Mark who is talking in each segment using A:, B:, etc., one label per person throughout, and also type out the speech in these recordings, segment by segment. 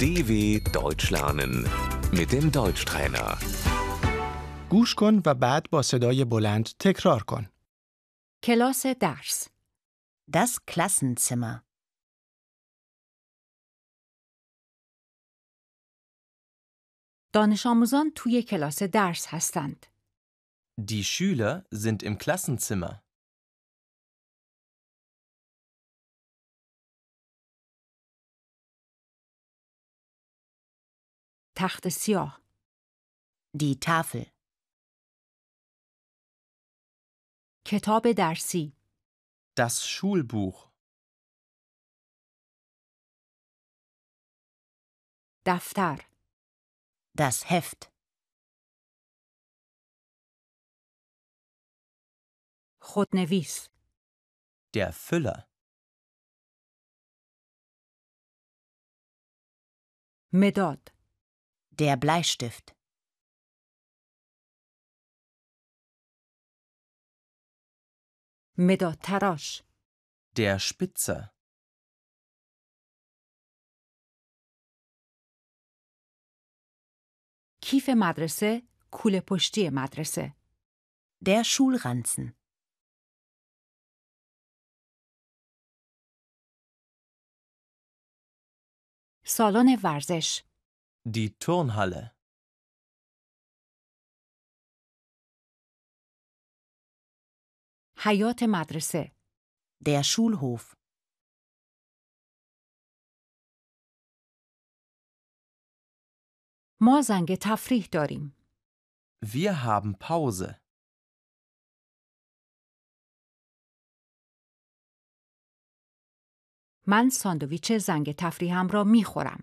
A: DW Deutsch lernen mit dem Deutschtrainer.
B: گوش کن و بعد با صدای بلند تکرار کن.
C: کلاس درس
D: Das Klassenzimmer.
C: دانش آموزان توی کلاس درس هستند.
E: Die Schüler sind im Klassenzimmer.
C: تخت سیاه،
D: Die Tafel.
C: کتاب درسی،
E: Das Schulbuch.
C: دفتر،
D: Das Heft.
C: خودنویس،
E: Der Füller.
C: مداد،
D: Der Bleistift.
C: مداد تراش،
E: Der Spitzer.
C: کیف مدرسه، کوله پشتی مدرسه،
D: Der Schulranzen.
C: سالن ورزش،
E: Die Turnhalle.
C: حیات مدرسه،
D: Der Schulhof.
C: ما زنگ تفریح داریم.
E: Wir haben Pause.
C: من ساندویچ زنگ تفریحم را می خورم.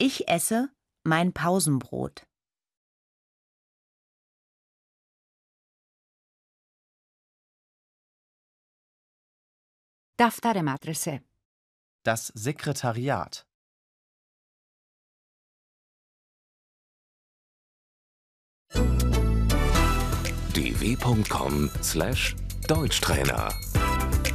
D: Ich esse mein Pausenbrot.
C: دفتر مدرسه،
E: Das Sekretariat.
A: dw.com/deutschtrainer